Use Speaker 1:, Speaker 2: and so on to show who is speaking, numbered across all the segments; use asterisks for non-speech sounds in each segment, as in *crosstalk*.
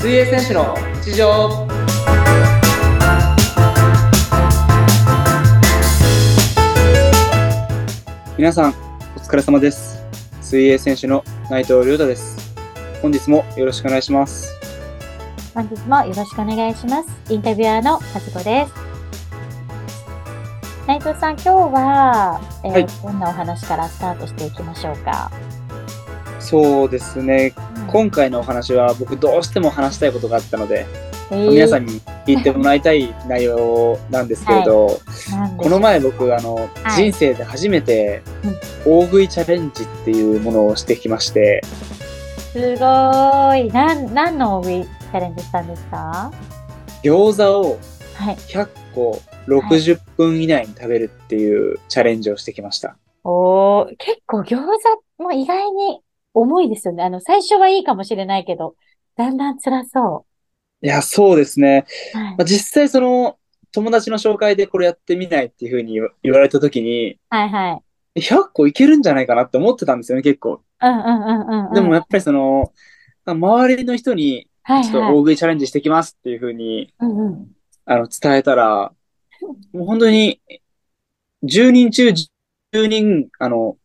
Speaker 1: 選手の日常皆さんお疲れ様です水泳選手の内藤亮太です本日もよろしくお願いします
Speaker 2: 本日もよろしくお願いします。インタビュアーの和子です。内藤さん、今日は、えー
Speaker 1: はい
Speaker 2: どんなお話からスタートしていきましょうか。
Speaker 1: そうですね
Speaker 2: うん
Speaker 1: 今回のお話は僕どうしても話したいことがあったので、
Speaker 2: え
Speaker 1: 皆さんに聞いてもらいたい内容なんですけれど、
Speaker 2: なんで
Speaker 1: この前僕あの、
Speaker 2: はい
Speaker 1: 人生で初めて
Speaker 2: うん
Speaker 1: 大食いチャレンジっていうものをしてきまして
Speaker 2: すごい。なん、何の大食いチャレンジしたんですか
Speaker 1: 餃子を
Speaker 2: はい。
Speaker 1: 100個60分以内に食べるっていうチャレンジをしてきました。
Speaker 2: おー、結構餃子も意外に重いですよね。あの、最初はいいかもしれないけど、だんだん辛そ
Speaker 1: いや、そうですね。
Speaker 2: う。はい
Speaker 1: まあ、。実際その友達の紹介でこれやってみないっていうふうに言わ言われた時に、
Speaker 2: はいはい。
Speaker 1: 100個いけるんじゃないかなって思ってたんですよね、結構。
Speaker 2: うんうんうんうんうん。
Speaker 1: でもやっぱりその、周りの人に
Speaker 2: はい
Speaker 1: ちょっと大
Speaker 2: はい。
Speaker 1: 食いチャレンジしてきますっていうふうに
Speaker 2: うんうん。
Speaker 1: あの、伝えたら、もう本当に、10人中10人、あの、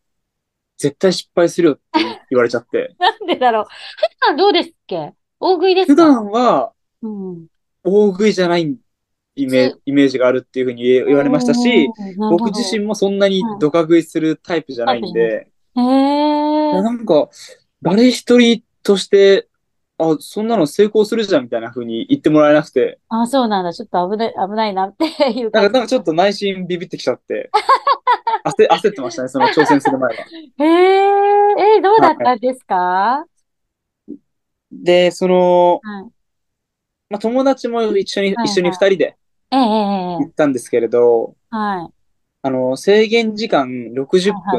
Speaker 1: 絶対失敗するよって言われちゃって。
Speaker 2: なんでだろう。普段どうですっけ大食いですか
Speaker 1: 普段は
Speaker 2: うん。
Speaker 1: 大食いじゃないイメイメージがあるっていうふうに言え言われましたし、
Speaker 2: おー、
Speaker 1: 僕自身もそんなにドカ食いするタイプじゃないんで、
Speaker 2: 身。へ
Speaker 1: いや
Speaker 2: ー。
Speaker 1: なんか、誰一人として、あ、そんなの成功するじゃんみたいなふうに言ってもらえなくて、
Speaker 2: あ、そうなんだ。ちょっと危ない、危ないなって *laughs* いう
Speaker 1: なん
Speaker 2: 感
Speaker 1: かなんかちょっと内心ビビってきちゃ
Speaker 2: *laughs*
Speaker 1: って、焦焦ってましたね、その挑戦する前は。
Speaker 2: じ。へー。えー、どうだったんですかは
Speaker 1: で、その、
Speaker 2: い。
Speaker 1: まあ、友達も一緒に、
Speaker 2: はい
Speaker 1: 一緒に二人で
Speaker 2: えええええ
Speaker 1: 行ったんですけれど、
Speaker 2: えはい。
Speaker 1: あの、制限時間60
Speaker 2: はいはい、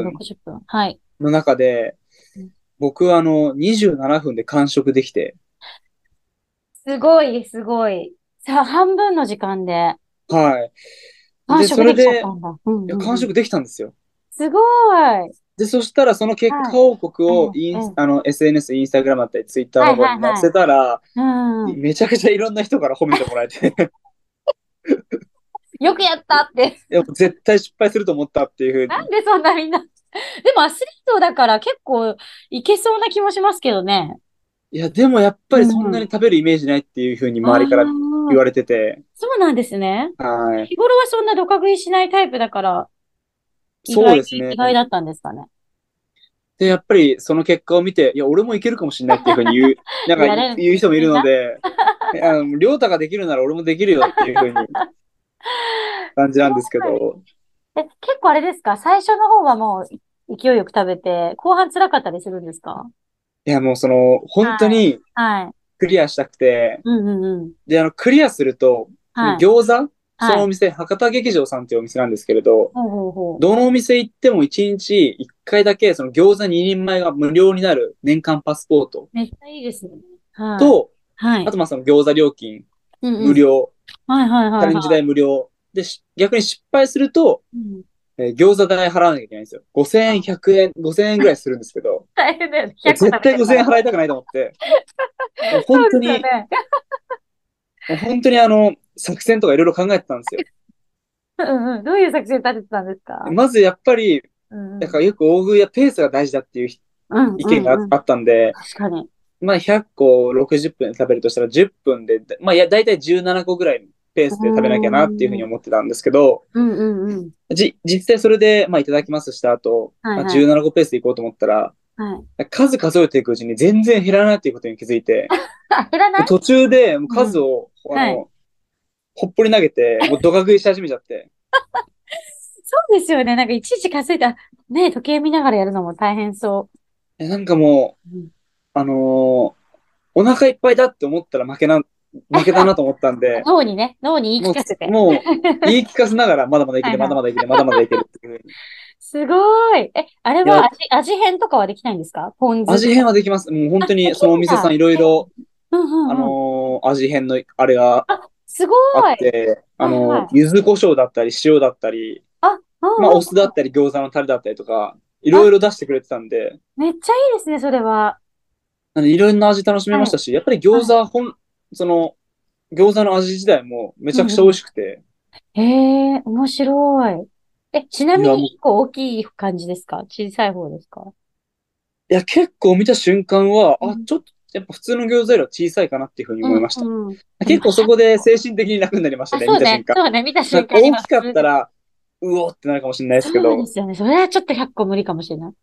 Speaker 1: 分
Speaker 2: 60分。はい。
Speaker 1: の中で
Speaker 2: うん、
Speaker 1: 僕はあの、27分で完食できて、
Speaker 2: すごい、すごい。さあ、半分の時間で
Speaker 1: はい。
Speaker 2: 完
Speaker 1: で、
Speaker 2: 食
Speaker 1: そ
Speaker 2: で
Speaker 1: れ
Speaker 2: きちゃっ
Speaker 1: で
Speaker 2: た、んだ。うん
Speaker 1: い
Speaker 2: うんう
Speaker 1: や
Speaker 2: ん
Speaker 1: 完食できたんですよ。
Speaker 2: すごい。
Speaker 1: で、そしたらその結果報告を
Speaker 2: は、い
Speaker 1: イン
Speaker 2: うん
Speaker 1: あの、SNS、インスタグラムだったり、ツイッターの方に載せたら、
Speaker 2: うん。
Speaker 1: めちゃくちゃいろんな人から褒めてもらえて、 *laughs*
Speaker 2: よくやったって。
Speaker 1: いや絶対失敗すると思ったっていうふうに
Speaker 2: なんでそんなみんな。でもアスリートだから結構いけそうな気もしますけどね。
Speaker 1: いや、でもやっぱりそんなに食べるイメージないっていうふうに周りから
Speaker 2: あー
Speaker 1: 言われてて、
Speaker 2: そうなんですね。
Speaker 1: はい。
Speaker 2: 日頃はそんなドカ食いしないタイプだから、意
Speaker 1: そう
Speaker 2: 外、
Speaker 1: ですね
Speaker 2: 意。外だったんですかね。
Speaker 1: で、やっぱりその結果を見て、いや、俺もいけるかもしれないっていうふうに
Speaker 2: *laughs*
Speaker 1: 言う、なん
Speaker 2: やれ
Speaker 1: か
Speaker 2: る
Speaker 1: 言う人もいるので、えあの、りょうたができるなら俺もできるよっていうふうに感じなんですけど、
Speaker 2: え、結構あれですか最初の方はもう勢いよく食べて、後半辛かったりするんですか
Speaker 1: いや、もうその、本当に
Speaker 2: はい。
Speaker 1: クリアしたくて、
Speaker 2: うんうんうん。
Speaker 1: で、あの、クリアすると、
Speaker 2: はい。
Speaker 1: 餃子
Speaker 2: はい
Speaker 1: そのお店、博多劇場さんっていうお店なんですけれど、
Speaker 2: ほうほうほう。
Speaker 1: どのお店行っても1日1回だけ、その餃子2人前が無料になる年間パスポート
Speaker 2: めっちゃいいですね。はい。
Speaker 1: と、
Speaker 2: はい
Speaker 1: あ。とまあその餃子料金
Speaker 2: うんうん
Speaker 1: 無。料、
Speaker 2: はいはい
Speaker 1: チ
Speaker 2: はい
Speaker 1: ャレンジ代無料。で、し逆に失敗すると、
Speaker 2: うん
Speaker 1: えー餃子代払わなきゃいけないんですよ。5100円、5000円ぐらいするんですけど、
Speaker 2: 大変だよね。100
Speaker 1: 絶対5000円
Speaker 2: 食べて
Speaker 1: 払いたくないと思
Speaker 2: *laughs*
Speaker 1: って、もう本当に、
Speaker 2: そうですよね。
Speaker 1: もう本当にあの、作戦とかいろいろ考えてたんですよ。
Speaker 2: うんうん。どういう作戦立ててたんですか
Speaker 1: まずやっぱり、
Speaker 2: うんうん
Speaker 1: なんかよく大食いやペースが大事だっていう
Speaker 2: うん
Speaker 1: 意見があ
Speaker 2: うんうん
Speaker 1: あったんで、
Speaker 2: 確かに。
Speaker 1: まあ100個を60分で食べるとしたら10分で、だまあや大体17個ぐらいのペースで食べなきゃなっていうふうに思ってたんですけど、
Speaker 2: うんうんうん。
Speaker 1: じ、実際それで、まあいただきますした後、
Speaker 2: はいはい
Speaker 1: まあ、17個ペースでいこうと思ったら、
Speaker 2: はい。
Speaker 1: 数数えていくうちに全然減らないっていうことに気づいて、
Speaker 2: *laughs* あ、減らない
Speaker 1: 途中でもう数を、
Speaker 2: ん
Speaker 1: あの、
Speaker 2: はい
Speaker 1: ほっぽり投げ
Speaker 2: *laughs*
Speaker 1: て、もうドカ食いし始めちゃって、
Speaker 2: そうですよね。なんかいちいち稼いだ、ねえ、時計見ながらやるのも大変そ
Speaker 1: えなんかもう、
Speaker 2: うん
Speaker 1: あのーお腹いっぱいだって思ったら負けな、負けだなと思ったん
Speaker 2: う。、
Speaker 1: で
Speaker 2: *laughs* 脳にね、脳に言い聞かせて。
Speaker 1: もう、もう言い聞かせながら、まだまだいける、
Speaker 2: *laughs* は
Speaker 1: ま
Speaker 2: いは
Speaker 1: だまだ
Speaker 2: い
Speaker 1: いける、まだまだいけるって
Speaker 2: *laughs*
Speaker 1: いうふうに。
Speaker 2: すごい。え、あれ
Speaker 1: いや
Speaker 2: は味、味変とかはできないんですかポン酢。
Speaker 1: 味変はできます。もう本当
Speaker 2: *laughs*
Speaker 1: に、そのお店さんいろいろ、
Speaker 2: うんうんうん
Speaker 1: あのー味変の、あれが
Speaker 2: すご
Speaker 1: あっ
Speaker 2: い。
Speaker 1: て、あの、
Speaker 2: はいはい
Speaker 1: 柚子胡椒だったり、塩だったり、
Speaker 2: うん
Speaker 1: まあ、
Speaker 2: うん
Speaker 1: お酢だったり、餃子のタレだったりとか、いろいろ出してくれてたんで、
Speaker 2: めっちゃいいですね、それは。
Speaker 1: なんでいろんな味楽しめましたし、やっぱり餃子は本、その、餃子の味自体もめちゃくちゃ美味しくて、
Speaker 2: へえ、面白い。え、ちなみ
Speaker 1: いやもう
Speaker 2: に1個大きい感じですか小さい方ですか
Speaker 1: いや、結構見た瞬間は、
Speaker 2: う
Speaker 1: あ
Speaker 2: ん、
Speaker 1: ちょっと、やっぱ普通の餃子よりは小さいかなっていうふうに思いました。
Speaker 2: うんうん
Speaker 1: 結構そこで精神的に楽になりまし
Speaker 2: あ、
Speaker 1: たね、
Speaker 2: そう
Speaker 1: 見た
Speaker 2: ね
Speaker 1: 瞬。間。
Speaker 2: そうね。見た
Speaker 1: なん
Speaker 2: 瞬
Speaker 1: か
Speaker 2: 間に
Speaker 1: 大きかったら、うおってなるかもしれないですけ
Speaker 2: そう
Speaker 1: ど
Speaker 2: で、すよね。それはちょっと100個無理かもしれない。100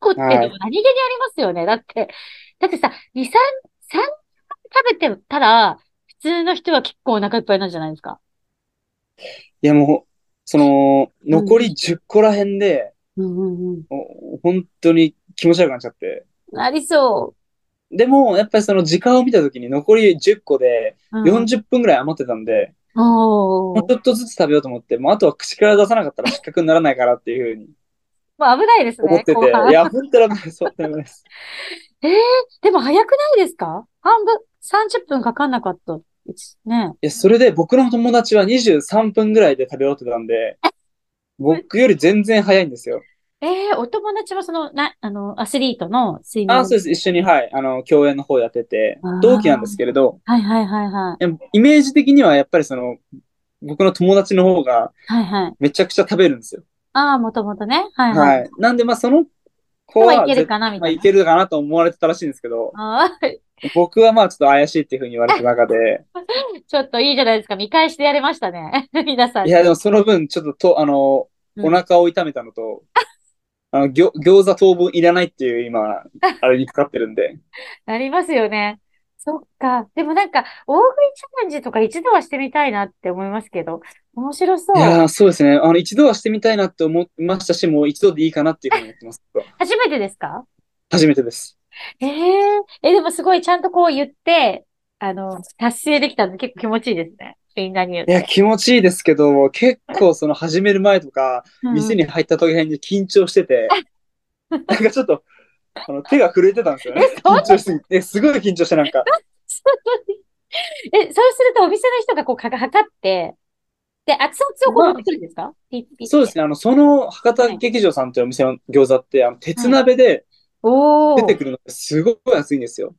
Speaker 2: 個ってでも
Speaker 1: は
Speaker 2: 何
Speaker 1: い
Speaker 2: 気にありますよね。だって、だってさ、2、3、3食べてたら、普通の人は結構お腹いっぱいなんじゃないですか。
Speaker 1: いやもう、その、
Speaker 2: ん
Speaker 1: 残り10個ら辺で、
Speaker 2: うんうんう
Speaker 1: お本当に気持ち悪くなっちゃって。
Speaker 2: ん。ありそ
Speaker 1: でも、やっぱりその時間を見た時に残り10個で
Speaker 2: う。うん。
Speaker 1: 40分ぐらい余ってたんで、
Speaker 2: お
Speaker 1: もう
Speaker 2: ー
Speaker 1: ちょっとずつ食べようと思って、もうあとは口から出さなかったら失格にならないからっていうふうに
Speaker 2: まあ危ないです
Speaker 1: 思って
Speaker 2: ね。
Speaker 1: て、
Speaker 2: 後半
Speaker 1: いや、本当にダメです、本当にダメです。
Speaker 2: えー、でも早くないですか半分、30分かかんなかったですね。
Speaker 1: いや、それで僕の友達は23分ぐらいで食べ終わってたんで、僕より全然早いんですよ。
Speaker 2: えー、お友達はその、な、あの、アスリートのスイマ
Speaker 1: あ、
Speaker 2: ー
Speaker 1: そうです。一緒に、はい、あの、共演の方やってて
Speaker 2: あー、
Speaker 1: 同期なんですけれど、
Speaker 2: はいはいはいはい
Speaker 1: やイメージ的にはやっぱりその、僕の友達の方が
Speaker 2: い。はいはい。
Speaker 1: めちゃくちゃ食べるんですよ。
Speaker 2: ああ、もともとね。はいはい。
Speaker 1: はい。なんで、まあ、その子
Speaker 2: 今日は
Speaker 1: は、
Speaker 2: いける
Speaker 1: 絶
Speaker 2: かなみ
Speaker 1: ま
Speaker 2: た
Speaker 1: あ、
Speaker 2: い
Speaker 1: い
Speaker 2: な。
Speaker 1: けるかなと思われてたらしいんですけど、
Speaker 2: ああ、
Speaker 1: 僕はまあ、ちょっと怪しいっていうふうに言われた中で、
Speaker 2: ちょっといいじゃないですか。見返してやれましたね。 *laughs* 皆さん
Speaker 1: い
Speaker 2: に。
Speaker 1: や、でもその分、ちょっとと、あの、
Speaker 2: うん
Speaker 1: お腹を痛めたのと、あの、ぎょ餃子当分いらないっていう、今、あれにかかってるんで、
Speaker 2: なりますよね。そっか。でもなんか、大食いチャレンジとか一度はしてみたいなって思いますけど、面白そう。
Speaker 1: いやー、そうですね。あの、一度はしてみたいなって思いましたし、もう一度でいいかなっていうふうに思ってます。
Speaker 2: 初めてですか
Speaker 1: 初めてです。
Speaker 2: えええ、でもすごいちゃんとこう言って、あの、達成できたんで結構気持ちいいですね。みんなに言っ
Speaker 1: いや、
Speaker 2: て。
Speaker 1: 気持ちいいですけど、結構その始める前とか、
Speaker 2: うん
Speaker 1: 店
Speaker 2: *laughs*
Speaker 1: に入った時に緊張してて、なんかちょっと、あの、手が震えてたんですよね。
Speaker 2: えそんな
Speaker 1: 緊張しすぎて、えすごい緊張してなんか、
Speaker 2: すごいえ、そうするとお店の人がこうか測って、で、熱々をこう持ってくるんですか、ピッピッ
Speaker 1: そうで
Speaker 2: て
Speaker 1: すね、あの、その博多劇場さんというお店の餃子って、あの、鉄鍋で
Speaker 2: お
Speaker 1: 出て
Speaker 2: ー。
Speaker 1: くるのがすごい熱いんですよ。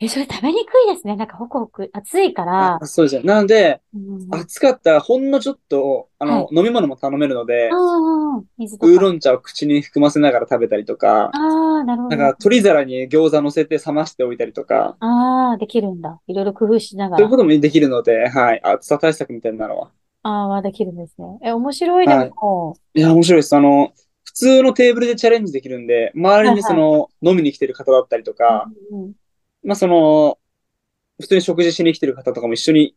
Speaker 2: え、それ食べにくいですね。なんかホクホク暑いから
Speaker 1: あ、。そうですね。なので、
Speaker 2: うん
Speaker 1: 暑かったらほんのちょっと、あの
Speaker 2: は、
Speaker 1: 飲み物も頼めるので、
Speaker 2: ああ、水と
Speaker 1: ウー
Speaker 2: か。
Speaker 1: ロン茶を口に含ませながら食べたりとか、
Speaker 2: ああ、なるほ
Speaker 1: なん
Speaker 2: ど。
Speaker 1: か取り皿に餃子乗せて冷ましておいたりとか、
Speaker 2: ああ、できるんだ。いろいろ工夫しなが
Speaker 1: そういう
Speaker 2: ら。
Speaker 1: こともできるので、はい、暑さ対策みたいなのは。
Speaker 2: ああ、できるんですね。え、面白いで
Speaker 1: はい
Speaker 2: も。
Speaker 1: いや、面白いです。あの、普通のテーブルでチャレンジできるんで、周りにその、飲みに来てる方だったりとか、
Speaker 2: うんうん
Speaker 1: まあその、普通に食事しに来てる方とかも一緒に、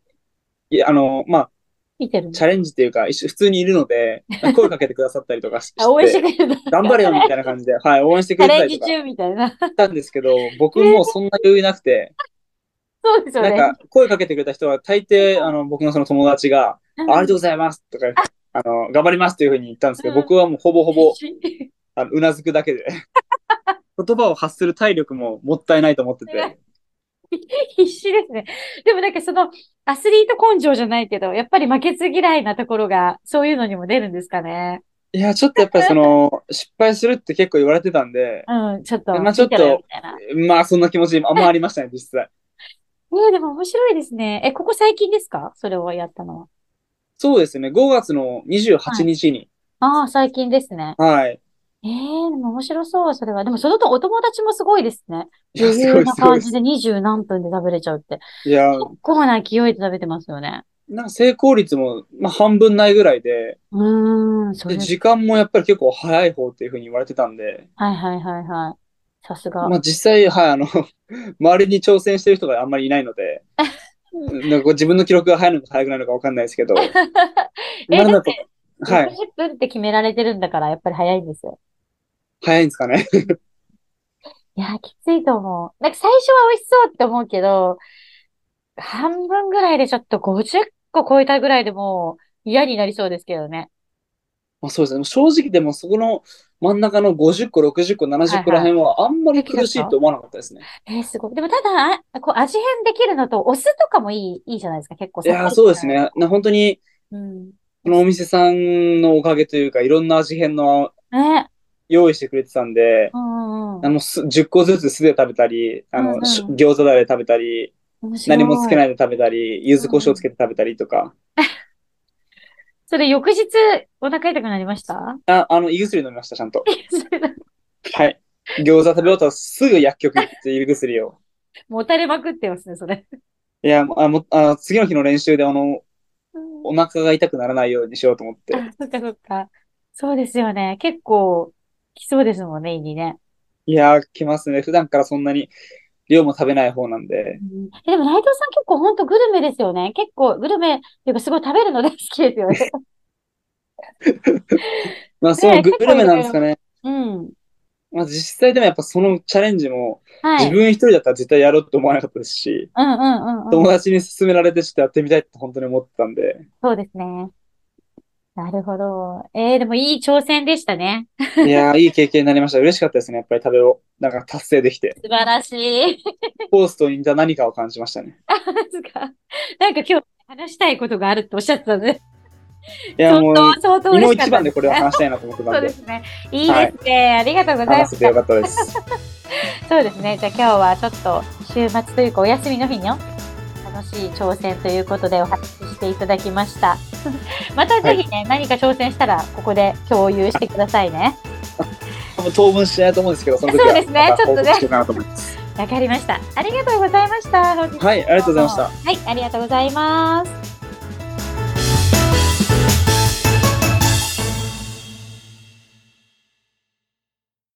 Speaker 1: いやあの、まあ、
Speaker 2: 見てるん
Speaker 1: チャレンジっていうか、一緒普通にいるの
Speaker 2: *laughs*
Speaker 1: で、声かけてくださったりとかし
Speaker 2: あ、応援して
Speaker 1: て、
Speaker 2: くれるんだ。
Speaker 1: 頑張れよみたいな感じで、はい、応援してく
Speaker 2: チャ
Speaker 1: れた
Speaker 2: レン
Speaker 1: り
Speaker 2: ジ
Speaker 1: とかし
Speaker 2: 中みたいな。
Speaker 1: たんですけど、僕もそんな余裕なくて、
Speaker 2: *laughs* そうですよ
Speaker 1: なん
Speaker 2: ね。
Speaker 1: か、声かけてくれた人は、大抵、あの、僕のその友達が、
Speaker 2: うん
Speaker 1: あありがとうございますとか、あの、頑張りますというふうに言ったんですけど、
Speaker 2: うん
Speaker 1: 僕はもうほぼほぼ、
Speaker 2: い
Speaker 1: あの、うなずくだ
Speaker 2: *laughs*
Speaker 1: けで。言葉を発する体力ももったいないと思って
Speaker 2: や
Speaker 1: て。
Speaker 2: 必死ですね。でもなんかその、アスリート根性じゃないけど、やっぱり負けず嫌いなところが、そういうのにも出るんですかね。
Speaker 1: いや、ちょっとやっぱりその、 *laughs* 失敗するって結構言われてたんで、
Speaker 2: うん、ちょっと、
Speaker 1: まあちょっと
Speaker 2: 見てろよみたいな。
Speaker 1: まあそんな気持ちもあんまありましたね、実際。
Speaker 2: ねえ、でも面白いですね。え、ここ最近ですかそれをやったのは。
Speaker 1: そうですね、5月の28日に、
Speaker 2: ああ、最近ですね。
Speaker 1: はい。
Speaker 2: ええでも面白そう、それは。でもそのとお友達もすごいですね。
Speaker 1: いや、
Speaker 2: 余
Speaker 1: す
Speaker 2: 裕
Speaker 1: ごい
Speaker 2: な
Speaker 1: すごい
Speaker 2: 感
Speaker 1: で
Speaker 2: じ
Speaker 1: す。
Speaker 2: で二十何分で食べれちゃうって。
Speaker 1: いや、
Speaker 2: 結構な勢いで食べてますよね。
Speaker 1: なんか成功率も、まあ半分ないぐらいで、
Speaker 2: うーん、そ
Speaker 1: で
Speaker 2: れ、
Speaker 1: 時間もやっぱり結構早い方っていうふうに言われてたんで、
Speaker 2: はいはいはいはい。さすが
Speaker 1: ま。あ実際、はい、あの、 *laughs* 周りに挑戦してる人があんまりいないの
Speaker 2: *laughs*
Speaker 1: で、なんかこう自分の記録が早いのか早くないのかわかんないですけど、
Speaker 2: *laughs* え、
Speaker 1: なん
Speaker 2: だ
Speaker 1: だ
Speaker 2: っ
Speaker 1: と
Speaker 2: て、
Speaker 1: はい、
Speaker 2: 60分って決められてるんだから、やっぱり早いんですよ。
Speaker 1: 早いんですかね。
Speaker 2: いやー、きついと思う。なんか最初は美味しそうって思うけど、半分ぐらいでちょっと50個超えたぐらいでもう嫌になりそうですけどね。
Speaker 1: まあ、そうですね。正直でもそこの真ん中の50個、60個、70個ら辺はあんまり苦しいと思わなかったですね。
Speaker 2: えー、すごい。でもただ、あこう味変できるのと、お酢とかもいい、いいじゃないですか。結構
Speaker 1: い
Speaker 2: さっぱ
Speaker 1: やー、
Speaker 2: り
Speaker 1: そうですね。な本当に、
Speaker 2: うん。
Speaker 1: このお店さんのおかげというか、いろんな味変の
Speaker 2: ね。
Speaker 1: 用意してくれてたんで、
Speaker 2: うんうんう
Speaker 1: あ
Speaker 2: ん。
Speaker 1: のす10個ずつ酢で食べたり、あ
Speaker 2: うんう
Speaker 1: の、
Speaker 2: ん
Speaker 1: し餃子だれ食べたり、
Speaker 2: 面白い
Speaker 1: 何もつけないで食べたり、柚子胡椒つけて食べたりとか。
Speaker 2: それ翌日お腹痛くなりました *laughs*
Speaker 1: あ、あの、胃薬飲みました、ちゃんと。
Speaker 2: それだ
Speaker 1: はい。餃子食べ終わったらすぐ薬局行って胃薬を。
Speaker 2: もたれまくってますね、それ。
Speaker 1: いや、あもあの次の日の練習で、あの、お腹が痛くならないようにしようと思って。
Speaker 2: あ、そっかそっか。そうですよね。結構、来そうですもんね、胃にね。
Speaker 1: いやー、来ますね。普段からそんなに量も食べない方なんで。
Speaker 2: え、でも内藤さん結構ほんとグルメですよね。結構グルメっていうかすごい食べるの大好きです
Speaker 1: *laughs*
Speaker 2: よね。
Speaker 1: まあ、そのグルメなんですかね。
Speaker 2: うん。
Speaker 1: まあ、実際でもやっぱそのチャレンジも、
Speaker 2: はい。
Speaker 1: 自分一人だったら絶対やろうと思わなかったですし、
Speaker 2: うんうんうんうん。
Speaker 1: 友達に勧められてちょっとやってみたいって本当に思ってたんで。
Speaker 2: そうですね。なるほど。えー、でもいい挑戦でしたね。
Speaker 1: いやー、いい経験になりました。嬉しかったですね。やっぱり食べを、なんか達成できて。
Speaker 2: 素晴らしい。
Speaker 1: コースと似た何かを感じましたね。
Speaker 2: なんかなんか今日話したいことがあるっておっしゃってたので、
Speaker 1: いや、もう、
Speaker 2: 相当、相当
Speaker 1: 今
Speaker 2: 嬉しか
Speaker 1: 一
Speaker 2: った
Speaker 1: 番
Speaker 2: で
Speaker 1: ですこれを話したいなと思ってた
Speaker 2: そうんで
Speaker 1: で、
Speaker 2: すね。いいですね。ありがとうございま
Speaker 1: 話せ
Speaker 2: してた
Speaker 1: よ。かったです。
Speaker 2: そうですね。じゃあ今日はちょっと週末というかお休みの日の楽しい挑戦ということでお話ししていただきました。 *laughs* またぜひね、何か挑戦したらここで共有してくださいね。
Speaker 1: 多分当分しないと思うんですけど、その時は。
Speaker 2: そうですね
Speaker 1: また報
Speaker 2: ちょっと
Speaker 1: 告
Speaker 2: ね
Speaker 1: しようかなと思います。
Speaker 2: わかりました。ありがとうございました。本日も
Speaker 1: はい、ありがとうございました。
Speaker 2: はい、ありがとうございます。